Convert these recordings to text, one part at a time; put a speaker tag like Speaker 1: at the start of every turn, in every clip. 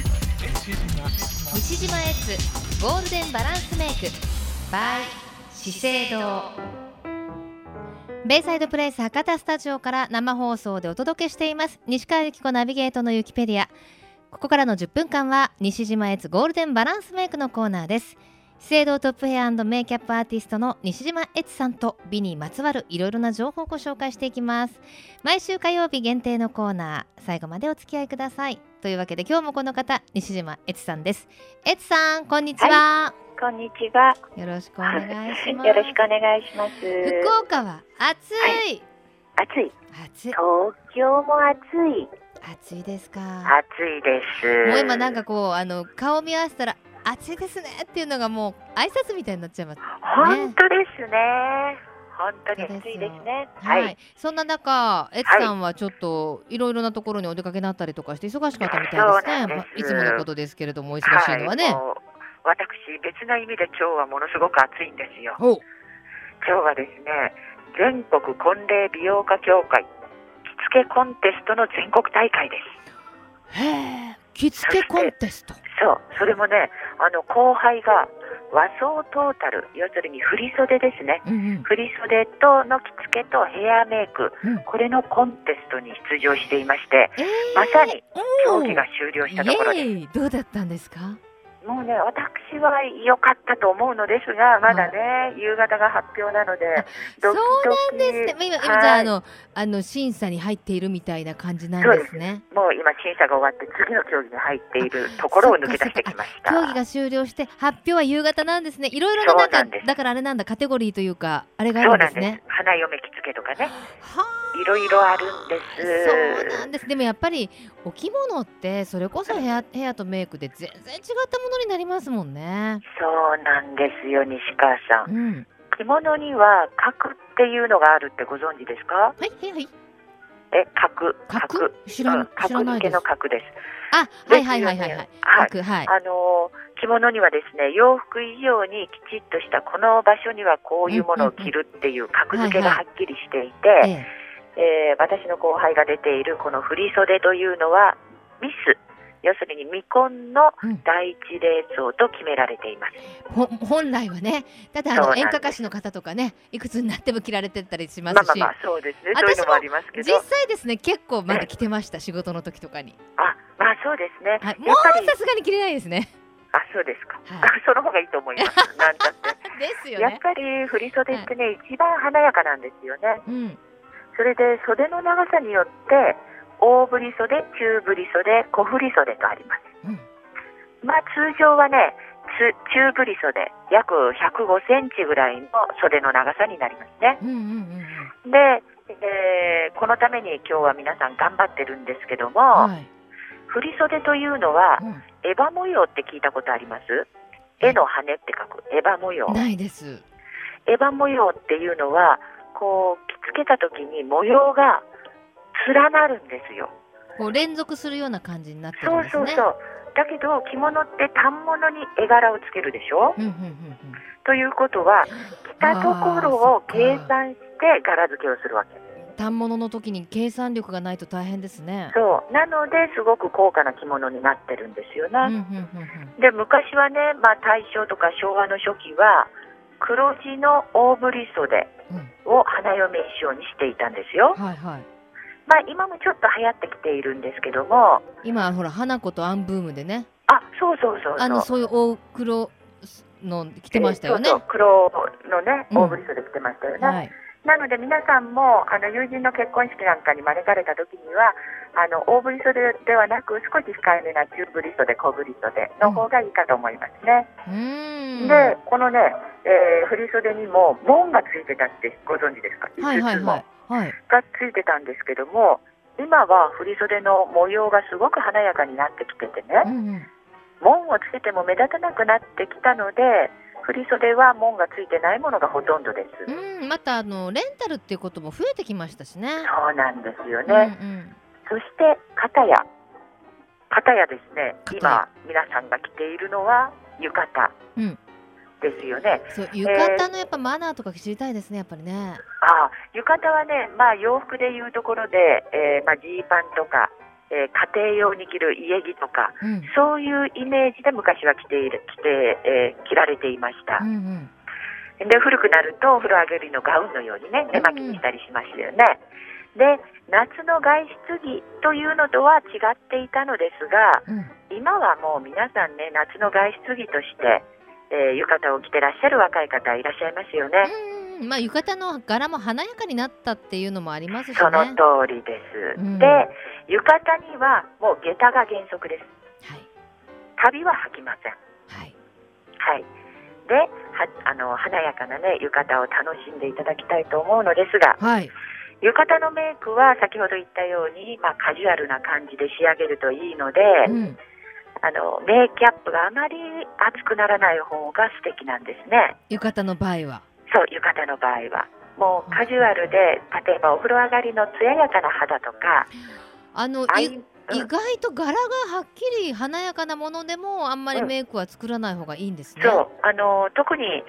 Speaker 1: 西島
Speaker 2: 西島エッツゴールデンバランスメイク by 資生堂ベイサイドプレイス博多スタジオから生放送でお届けしています西川由紀子ナビゲートのユキペディアここからの10分間は西島エッツゴールデンバランスメイクのコーナーです資生堂トップヘアメイキャップアーティストの西島エツさんと美にまつわるいろいろな情報をご紹介していきます毎週火曜日限定のコーナー最後までお付き合いくださいというわけで今日もこの方西島エツさんですエツさんこんにちは、
Speaker 3: こんにちは。
Speaker 2: よろしくお願いします
Speaker 3: よろしくお願いします。
Speaker 2: 福岡は暑い、
Speaker 3: 暑い。
Speaker 2: 暑い
Speaker 3: 東京も暑い。
Speaker 2: 暑いですか
Speaker 4: 暑いです。
Speaker 2: もう今なんかこうあの顔見合わせたら暑いですねっていうのがもう挨拶みたいになっちゃいます
Speaker 4: 本当ですね。本当
Speaker 2: そうで
Speaker 4: に
Speaker 2: す
Speaker 3: 暑
Speaker 2: よ
Speaker 3: いですね。
Speaker 2: はい、
Speaker 4: はい
Speaker 2: そんな中、エツさんはちょっといろいろなところにお出かけになったりとかして忙しかったみたいですね。
Speaker 4: そうなんです
Speaker 2: まあいつものことですけれども、お忙しいのはね。
Speaker 4: もう私別の意味で今日はものすごく暑いんですよ。
Speaker 2: お
Speaker 4: 今日はですね、全国婚礼美容家協会着付けコンテストの全国大会です。
Speaker 2: へえ、着付けコンテスト。
Speaker 4: そう、それもね、あの後輩が和装トータル、要するに振り袖ですね。
Speaker 2: うんうん、
Speaker 4: 振り袖との着付けとヘアメイク、
Speaker 2: うん
Speaker 4: これのコンテストに出場していまして、
Speaker 2: えー、
Speaker 4: まさに競
Speaker 2: お
Speaker 4: 技
Speaker 2: ー
Speaker 4: が終了したところです。
Speaker 2: イエーイどうだったんですか。
Speaker 4: もうね、私は良かったと思うのですが、まだね、夕方が発表なので、
Speaker 2: そう
Speaker 4: ドキド
Speaker 2: なん
Speaker 4: キ
Speaker 2: ですね。今今
Speaker 4: はい
Speaker 2: じゃああのあの審査に入っているみたいな感じなんですね。
Speaker 4: もう今、審査が終わって、次の競技に入っているところを抜け出してきました。
Speaker 2: 競技が終了して発表は夕方なんですね。いろいろななん
Speaker 4: そう
Speaker 2: か
Speaker 4: なんです
Speaker 2: だからあれなんだカテゴリーというかあれがあ
Speaker 4: そ
Speaker 2: る
Speaker 4: うん
Speaker 2: で
Speaker 4: なん
Speaker 2: す
Speaker 4: です、
Speaker 2: ね。
Speaker 4: 花嫁着付けとかね、
Speaker 2: はあ。
Speaker 4: いろいろあるん
Speaker 2: そう
Speaker 4: で
Speaker 2: な
Speaker 4: す。
Speaker 2: んですでもやっぱりお着物ってそれこそヘアヘアとメイクで全然違ったものになりますもんね。
Speaker 4: そうなんですよ、西川さん。
Speaker 2: うん、
Speaker 4: 着物には角っていうのがあるってご存知ですか
Speaker 2: はいはいはい。
Speaker 4: え、角、
Speaker 2: 角
Speaker 4: 角。
Speaker 2: 知ら
Speaker 4: うん
Speaker 2: ん知ら
Speaker 4: 角
Speaker 2: ない
Speaker 4: 付け
Speaker 2: です
Speaker 4: の。角です。
Speaker 2: あはいはいはいはいは
Speaker 4: ですよ
Speaker 2: い
Speaker 4: ね。はい
Speaker 2: 角はい。
Speaker 4: あのー着物にはですね洋服以上にきちっとしたこの場所にはこういうものを着るっていう格付けがはっきりしてい
Speaker 2: え
Speaker 4: て、
Speaker 2: え
Speaker 4: えー私の後輩が出ているこの振り袖というのはミス要するに未婚の
Speaker 2: うん
Speaker 4: 第一礼装と決められています。
Speaker 2: ほ本来はね、ただあ
Speaker 4: そう
Speaker 2: の
Speaker 4: なんです
Speaker 2: 演歌歌手の方とかね、いくつになっても着られてたりしま
Speaker 4: まあ
Speaker 2: す
Speaker 4: まあ
Speaker 2: し
Speaker 4: ま、あそうですね
Speaker 2: 私も
Speaker 4: そういうのもありますけ
Speaker 2: 実
Speaker 4: ど
Speaker 2: 際ですね、結構まで着てました、仕事の時とかに。
Speaker 4: あまあそうですね、
Speaker 2: はい、も
Speaker 4: や
Speaker 2: う
Speaker 4: っぱり
Speaker 2: さすがに着れないですね。
Speaker 4: あそうですか、
Speaker 2: はい
Speaker 4: その方がいいと思い ます。なんだって
Speaker 2: ですよ
Speaker 4: やっ
Speaker 2: ね。
Speaker 4: ぱり振り袖ってね、一番華やかなんですよね。
Speaker 2: うん、
Speaker 4: それで袖の長さによって大振り袖、中振り袖、小振り袖とあります。
Speaker 2: うん
Speaker 4: まあ通常はね、つ中振り袖、約105センチぐらいの袖の長さになりますね。
Speaker 2: うん、うん、うんうん。
Speaker 4: で、えーこのために今日は皆さん頑張ってるんですけども、
Speaker 2: はい。
Speaker 4: 振り袖というのは、
Speaker 2: う
Speaker 4: エヴァ模様って聞いたことあります絵の羽って書く、エヴァ模様
Speaker 2: ん。ないです。
Speaker 4: エヴァ模様っていうのはこう着付けた時に模様が連なるんですよ。
Speaker 2: こう連続するような感じになってる
Speaker 4: そ
Speaker 2: ん
Speaker 4: う
Speaker 2: です
Speaker 4: そう
Speaker 2: ね。
Speaker 4: そう。だけど着物って反物に絵柄をつけるでしょ
Speaker 2: うんうんうんうん。
Speaker 4: ということは着たところ
Speaker 2: あ
Speaker 4: を
Speaker 2: ー
Speaker 4: 計算して柄付けをするわけ。
Speaker 2: 反物の時に計算力がないと大変ですね。
Speaker 4: そう。なのですごく高価な着物になってるんですよ
Speaker 2: うんう
Speaker 4: ね。
Speaker 2: んうんうん
Speaker 4: で昔はね、まあ、大正とか昭和の初期は黒地の大振り袖を花嫁衣装にしていたんですよ。
Speaker 2: はいはい。
Speaker 4: まあ、今もちょっと流行ってきているんですけども、
Speaker 2: 今ほら花子とアンブームでね、
Speaker 4: あ、そうそうそうそう。
Speaker 2: あのそういう大黒の着てましたよね
Speaker 4: えー。そうそう黒のね、
Speaker 2: うん
Speaker 4: 大振り袖着てましたよね。
Speaker 2: はい。
Speaker 4: なので皆さんも、あの、友人の結婚式なんかに招かれた時には、あの、大振り袖ではなく、少し控えめな中振り袖、小振り袖の方がいいかと思いますね。
Speaker 2: うーん。
Speaker 4: で、このね、えー振り袖にも門がついてたってご存知ですか。
Speaker 2: はいはいはいい。はい。
Speaker 4: がついてたんですけども、今は振り袖の模様がすごく華やかになってきててね、
Speaker 2: うんうん。
Speaker 4: 門をつけても目立たなくなってきたので振り袖は門がついてないものがほとんどです、そう
Speaker 2: うん、またあのレンタルっていうことも増えてきましたしね。
Speaker 4: なんですよ
Speaker 2: うん
Speaker 4: ね、そして片や片やですね
Speaker 2: 片や
Speaker 4: 今皆さんが着ているのは浴衣
Speaker 2: うん
Speaker 4: ですよね、
Speaker 2: うん、そう浴衣のやっぱマナーとか知りたいですねやっぱりね。
Speaker 4: ああ浴衣はね、まあ、洋服でいうところで、えーまあ、ジーパンとかえー家庭用に着る家着とか、
Speaker 2: うん
Speaker 4: そういうイメージで昔は着ている、着て、えー着られていました。
Speaker 2: うんうん
Speaker 4: で古くなるとお風呂上げるのガウンのようにね寝巻きにしたりしますよね。で夏の外出着というのとは違っていたのですが
Speaker 2: うん
Speaker 4: 今はもう皆さんね夏の外出着として、えー浴衣を着てらっしゃる若い方いらっしゃいますよね。
Speaker 2: うんまあ浴衣の柄も華やかになったっていうのもありますしね。
Speaker 4: その通りです。
Speaker 2: うん
Speaker 4: で浴衣にはもう下駄が原則です。
Speaker 2: はい
Speaker 4: 旅は履きません。
Speaker 2: はい。
Speaker 4: はい。ではあの華やかなね浴衣を楽しんでいただきたいと思うのですが。
Speaker 2: はい。
Speaker 4: 浴衣のメイクは先ほど言ったように、まあ、カジュアルな感じで仕上げるといいので、
Speaker 2: うん。
Speaker 4: あのメイキャップがあまり熱くならない方が素敵なんですね
Speaker 2: 浴衣の場合は。
Speaker 4: そう浴衣の場合はもうカジュアルで例えばお風呂上がりの艶やかな肌とか
Speaker 2: あの
Speaker 4: ああ
Speaker 2: い
Speaker 4: いう
Speaker 2: 意外と柄がはっきり華やかなものでもあんまりメイクは作らない方がいいんですね。
Speaker 4: そうあの特に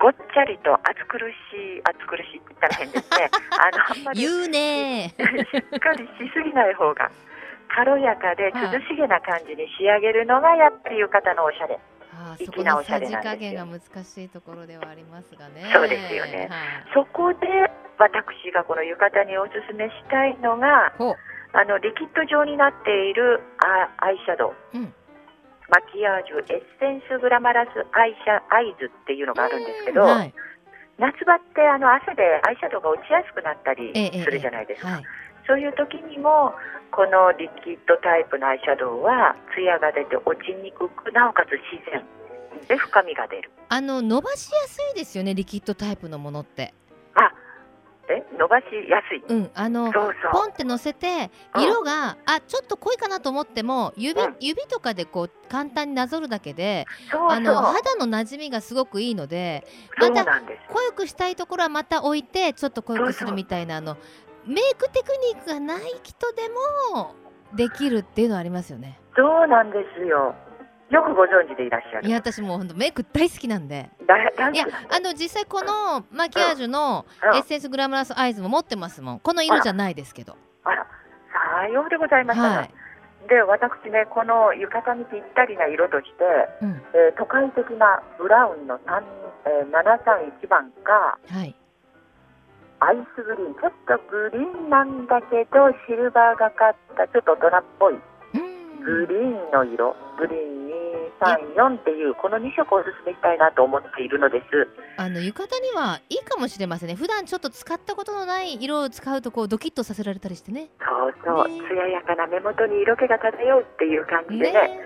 Speaker 4: ごっちゃりと暑苦しい暑苦しいって言ったら変で すねあのあんまりし
Speaker 2: 言うね ー。
Speaker 4: っかりしすぎない方が軽やか
Speaker 2: は
Speaker 4: で
Speaker 2: い
Speaker 4: 涼しげな感じに仕上げるのがやっぱり浴衣のおしゃれ
Speaker 2: あーそ
Speaker 4: 粋
Speaker 2: こ
Speaker 4: な
Speaker 2: の
Speaker 4: おしゃ
Speaker 2: さ
Speaker 4: れ
Speaker 2: じ
Speaker 4: なんですよ
Speaker 2: 加減が難しいところではありますがね。
Speaker 4: そうですよね
Speaker 2: はい。
Speaker 4: そこで私がこの浴衣におすすめしたいのが
Speaker 2: ほう。
Speaker 4: あのリキッド状になっているアアイシャドウ、
Speaker 2: うん
Speaker 4: マキアージュエッセンスグラマラスアイシャアイズっていうのがあるんですけど、
Speaker 2: はい。
Speaker 4: 夏場ってあの汗でアイシャドウが落ちやすくなったり
Speaker 2: ええええ
Speaker 4: するじゃないですか、
Speaker 2: はい。
Speaker 4: そういう時にもこのリキッドタイプのアイシャドウはツヤが出て落ちにくくなおかつ自然で深みが出る
Speaker 2: あの伸ばしやすいですよね。リキッドタイプのものって。
Speaker 4: あえ伸ばしやすい、
Speaker 2: うん。あの
Speaker 4: そうそう
Speaker 2: ポンって乗せて
Speaker 4: うん
Speaker 2: 色があちょっと濃いかなと思っても指
Speaker 4: うん
Speaker 2: 指とかでこう簡単になぞるだけで
Speaker 4: そう
Speaker 2: あの
Speaker 4: そう
Speaker 2: 肌の馴染みがすごくいいので
Speaker 4: そ
Speaker 2: また
Speaker 4: うなんです
Speaker 2: 濃くしたいところはまた置いてちょっと濃くす
Speaker 4: そうそ
Speaker 2: る
Speaker 4: う
Speaker 2: みたいなあのメイクテクニックがない人でもできるっていうのはありますよね。
Speaker 4: そうなんですよ。よくご存知でいらっしゃる。
Speaker 2: いや私もうほんとメイク大好きなんで
Speaker 4: だ大
Speaker 2: いや
Speaker 4: 好きなんだ
Speaker 2: あの実際このマキアージュの
Speaker 4: うん
Speaker 2: エッセンスグラムラスアイズも持ってますもんこの色じゃないですけど。
Speaker 4: あら、さようでございましたな、
Speaker 2: はい
Speaker 4: で、私ね、この浴衣にぴったりな色として、
Speaker 2: うん
Speaker 4: えー都会的なブラウンの三えー731番か、
Speaker 2: はい
Speaker 4: アイスグリーン、ちょっとグリーンなんだけど、シルバーがかった、ちょっと大人っぽい、
Speaker 2: うん
Speaker 4: グリーンの色、グリーン234っていう、この2色をおすすめしたいなと思っているのです。
Speaker 2: あの浴衣にはいいかもしれませんね普段ちょっと使ったことのない色を使うとこうドキッとさせられたりしてね。
Speaker 4: そうそう、
Speaker 2: ね
Speaker 4: 艶やかな目元に色気が漂うっていう感じでね、
Speaker 2: ね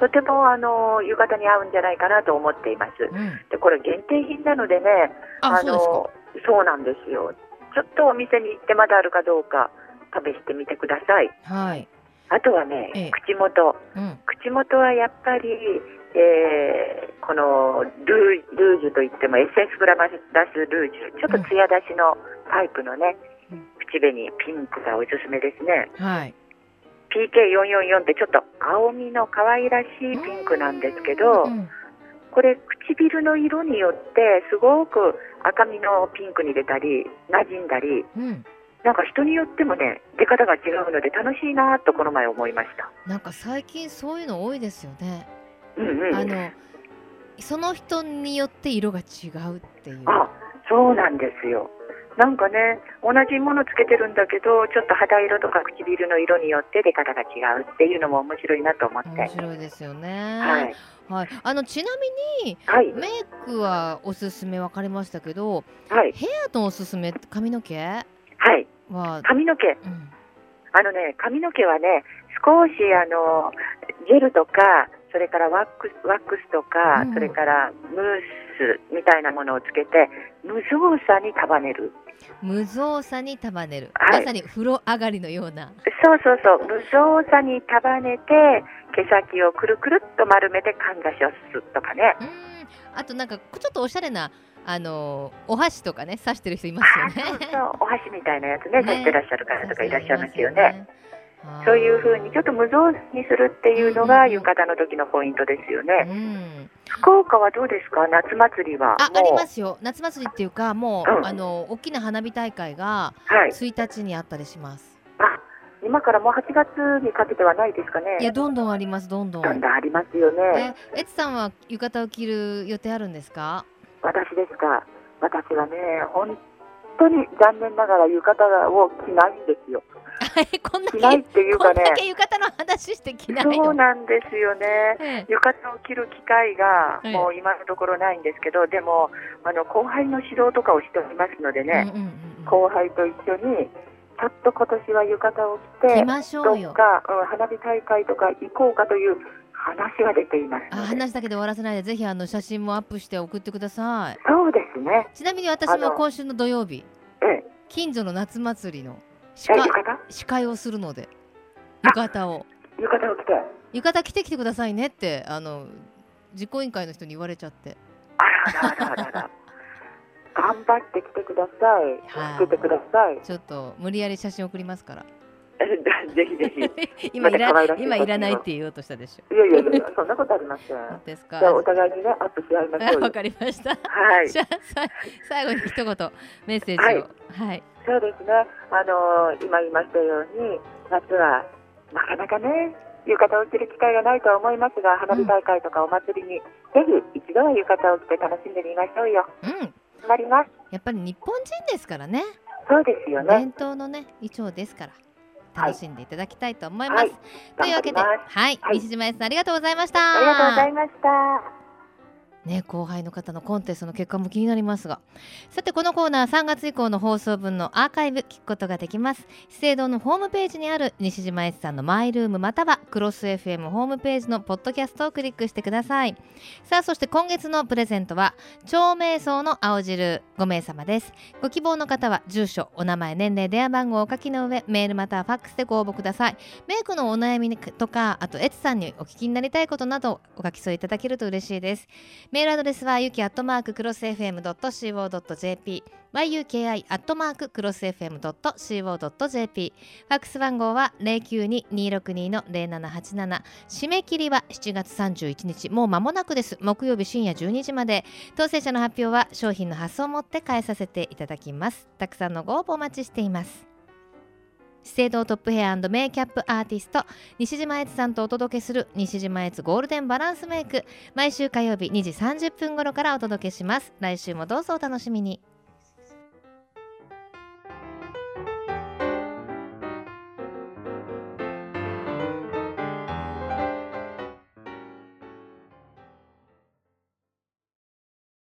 Speaker 4: とてもあの浴衣に合うんじゃないかなと思っています。
Speaker 2: うん、
Speaker 4: で、これ限定品なのでね、
Speaker 2: あそう
Speaker 4: のそうなんですよ。ちょっとお店に行ってまだあるかどうか試してみてください。
Speaker 2: ですかはい、
Speaker 4: あとはね、
Speaker 2: ええ
Speaker 4: 口元、
Speaker 2: うん、
Speaker 4: 口元はやっぱり。えーこのルールージュといってもエッセンスグラマスルージュちょっと艶出しのタイプのね、
Speaker 2: うん
Speaker 4: 口紅ピンクがおすすめですね。
Speaker 2: はい
Speaker 4: PK444 ってちょっと青みの可愛らしいピンクなんですけど
Speaker 2: うん
Speaker 4: これ唇の色によってすごく赤みのピンクに出たり馴染んだり
Speaker 2: うん、
Speaker 4: なんか人によってもね出方が違うので楽しいなとこの前思いました
Speaker 2: なんか最近そういうの多いですよね。
Speaker 4: うんうん
Speaker 2: あのその人によって色が違うっていう。
Speaker 4: あそうなんですよなんかね同じものつけてるんだけどちょっと肌色とか唇の色によって出方が違うっていうのも面白いなと思って
Speaker 2: 面白いですよね。
Speaker 4: はい、
Speaker 2: はい、あのちなみに
Speaker 4: はい
Speaker 2: メイクはおすすめ分かりましたけど、
Speaker 4: はい
Speaker 2: ヘアのおすすめ髪の毛
Speaker 4: はい
Speaker 2: は、
Speaker 4: 髪の毛
Speaker 2: うん、
Speaker 4: あのね、髪の毛はね、少しあのジェルとか、それからワックスワックスとか、
Speaker 2: うん
Speaker 4: それからムースみたいなものをつけて、無造作に束ねる。
Speaker 2: 無造作に束ねる、
Speaker 4: はい
Speaker 2: まさに風呂上がりのような。
Speaker 4: そうそうそう、無造作に束ねて、毛先をくるくるっと丸めてかんざしをすすとか ね。
Speaker 2: うーんあとなんかちょっとおしゃれなあのーお箸とかね刺してる人いま
Speaker 4: あ
Speaker 2: す
Speaker 4: そ
Speaker 2: よ
Speaker 4: う
Speaker 2: ね。
Speaker 4: そう、お箸みたいなやつね、
Speaker 2: ね
Speaker 4: さってらっしゃる方とかいらっしゃいますよね。。
Speaker 2: あー
Speaker 4: そういうふうにちょっと無造作にするっていうのが浴衣の時のポイントですよね。
Speaker 2: うん、
Speaker 4: 福岡はどうですか夏祭りは。
Speaker 2: ああり
Speaker 4: もう
Speaker 2: ますよ夏祭りっていうかもう、
Speaker 4: うん
Speaker 2: あのー大きな花火大会が
Speaker 4: はい。
Speaker 2: 1日にあったりします。
Speaker 4: あ、今からもう8月にかけてはないですかね
Speaker 2: いやどんどんありますどんどん
Speaker 4: どんどんありますよね
Speaker 2: えエツさんは浴衣を着る予定あるんですか
Speaker 4: 私ですか私はね本当に残念ながら浴衣を着ないんですよ
Speaker 2: えこんだけ
Speaker 4: 着ないっていう
Speaker 2: こ
Speaker 4: か
Speaker 2: ん
Speaker 4: ね
Speaker 2: だけ浴衣の話してきない
Speaker 4: そう
Speaker 2: の
Speaker 4: なんですよね
Speaker 2: ええ
Speaker 4: 浴衣を着る機会が
Speaker 2: ええ
Speaker 4: もう今のところないんですけど、でもあの後輩の指導とかをしておりますのでね、
Speaker 2: うんうんうん
Speaker 4: 後輩と一緒にちょっと今年は浴衣を着
Speaker 2: うん、
Speaker 4: て
Speaker 2: 着ましょ
Speaker 4: ど
Speaker 2: うよ
Speaker 4: っか、うん、花火大会とか行こうかという話が出ています
Speaker 2: あ
Speaker 4: ので
Speaker 2: 話だけで終わらせないでぜひあの写真もアップして送ってください
Speaker 4: そうですね
Speaker 2: ちなみに私
Speaker 4: あ
Speaker 2: も
Speaker 4: の
Speaker 2: 今週の土曜日
Speaker 4: ええ
Speaker 2: 近所の夏祭りの司
Speaker 4: え
Speaker 2: 会
Speaker 4: 浴衣
Speaker 2: 司会をするので浴衣 を
Speaker 4: 浴衣を着て
Speaker 2: 浴衣着てきてくださいねってあの実行委員会の人に言われちゃって
Speaker 4: あらあらあら あら頑張って来てくださ
Speaker 2: はい
Speaker 4: い来てくだ さい
Speaker 2: ちょっと無理やり写真送りますから
Speaker 4: えぜひぜひい
Speaker 2: 今いら
Speaker 4: また可愛らしい
Speaker 2: 今いらないって言おうとしたでしょ
Speaker 4: やいやいやそんなことありませ
Speaker 2: そ
Speaker 4: ん
Speaker 2: うですか
Speaker 4: じゃあお互いにねアップし合いましょう よ
Speaker 2: わかりました
Speaker 4: はい
Speaker 2: じゃあさ最後に一言メッセージをは
Speaker 4: はいい、
Speaker 2: はい
Speaker 4: そうですね、あのー今言いましたように、夏はなかなかね、浴衣を着る機会がないとは思いますが、花火大会とかお祭りに、ぜひ一度は浴衣を着て楽しんでみましょうよ。
Speaker 2: うん
Speaker 4: 決まります。
Speaker 2: やっぱり日本人ですからね
Speaker 4: そうですよね。
Speaker 2: 伝統のね衣装ですから
Speaker 4: はい
Speaker 2: 楽しんでいただきたいと思います、
Speaker 4: はい、
Speaker 2: というわけで
Speaker 4: 頑張ります
Speaker 2: はい、
Speaker 4: はい
Speaker 2: 西島さんありがとうございまし
Speaker 4: ありがとうござ
Speaker 2: た
Speaker 4: いました。
Speaker 2: ね後輩の方のコンテストの結果も気になりますがさてこのコーナー3月以降の放送分のアーカイブ聞くことができます資生堂のホームページにある西島悦さんのマイルームまたはクロス FM ホームページのポッドキャストをクリックしてくださいさあそして今月のプレゼントは超瞑想の青汁5名様ですご希望の方は住所お名前年齢電話番号をお書きの上メールまたはファックスでご応募くださいメイクのお悩みとかあとエツさんにお聞きになりたいことなどお書き添えいただけると嬉しいですメールアドレスはゆきアットマーククロス FM.co.jp yuki アットマーククロス FM.co.jp ファックス番号は092-262-0787締め切りは7月31日もう間もなくです木曜日深夜12時まで当選者の発表は商品の発送をもって返させていただきますたくさんのご応募お待ちしています資生堂トップヘアメイキャップアーティスト西島悦さんとお届けする西島悦ゴールデンバランスメイク毎週火曜日2時30分頃からお届けします来週もどうぞお楽しみに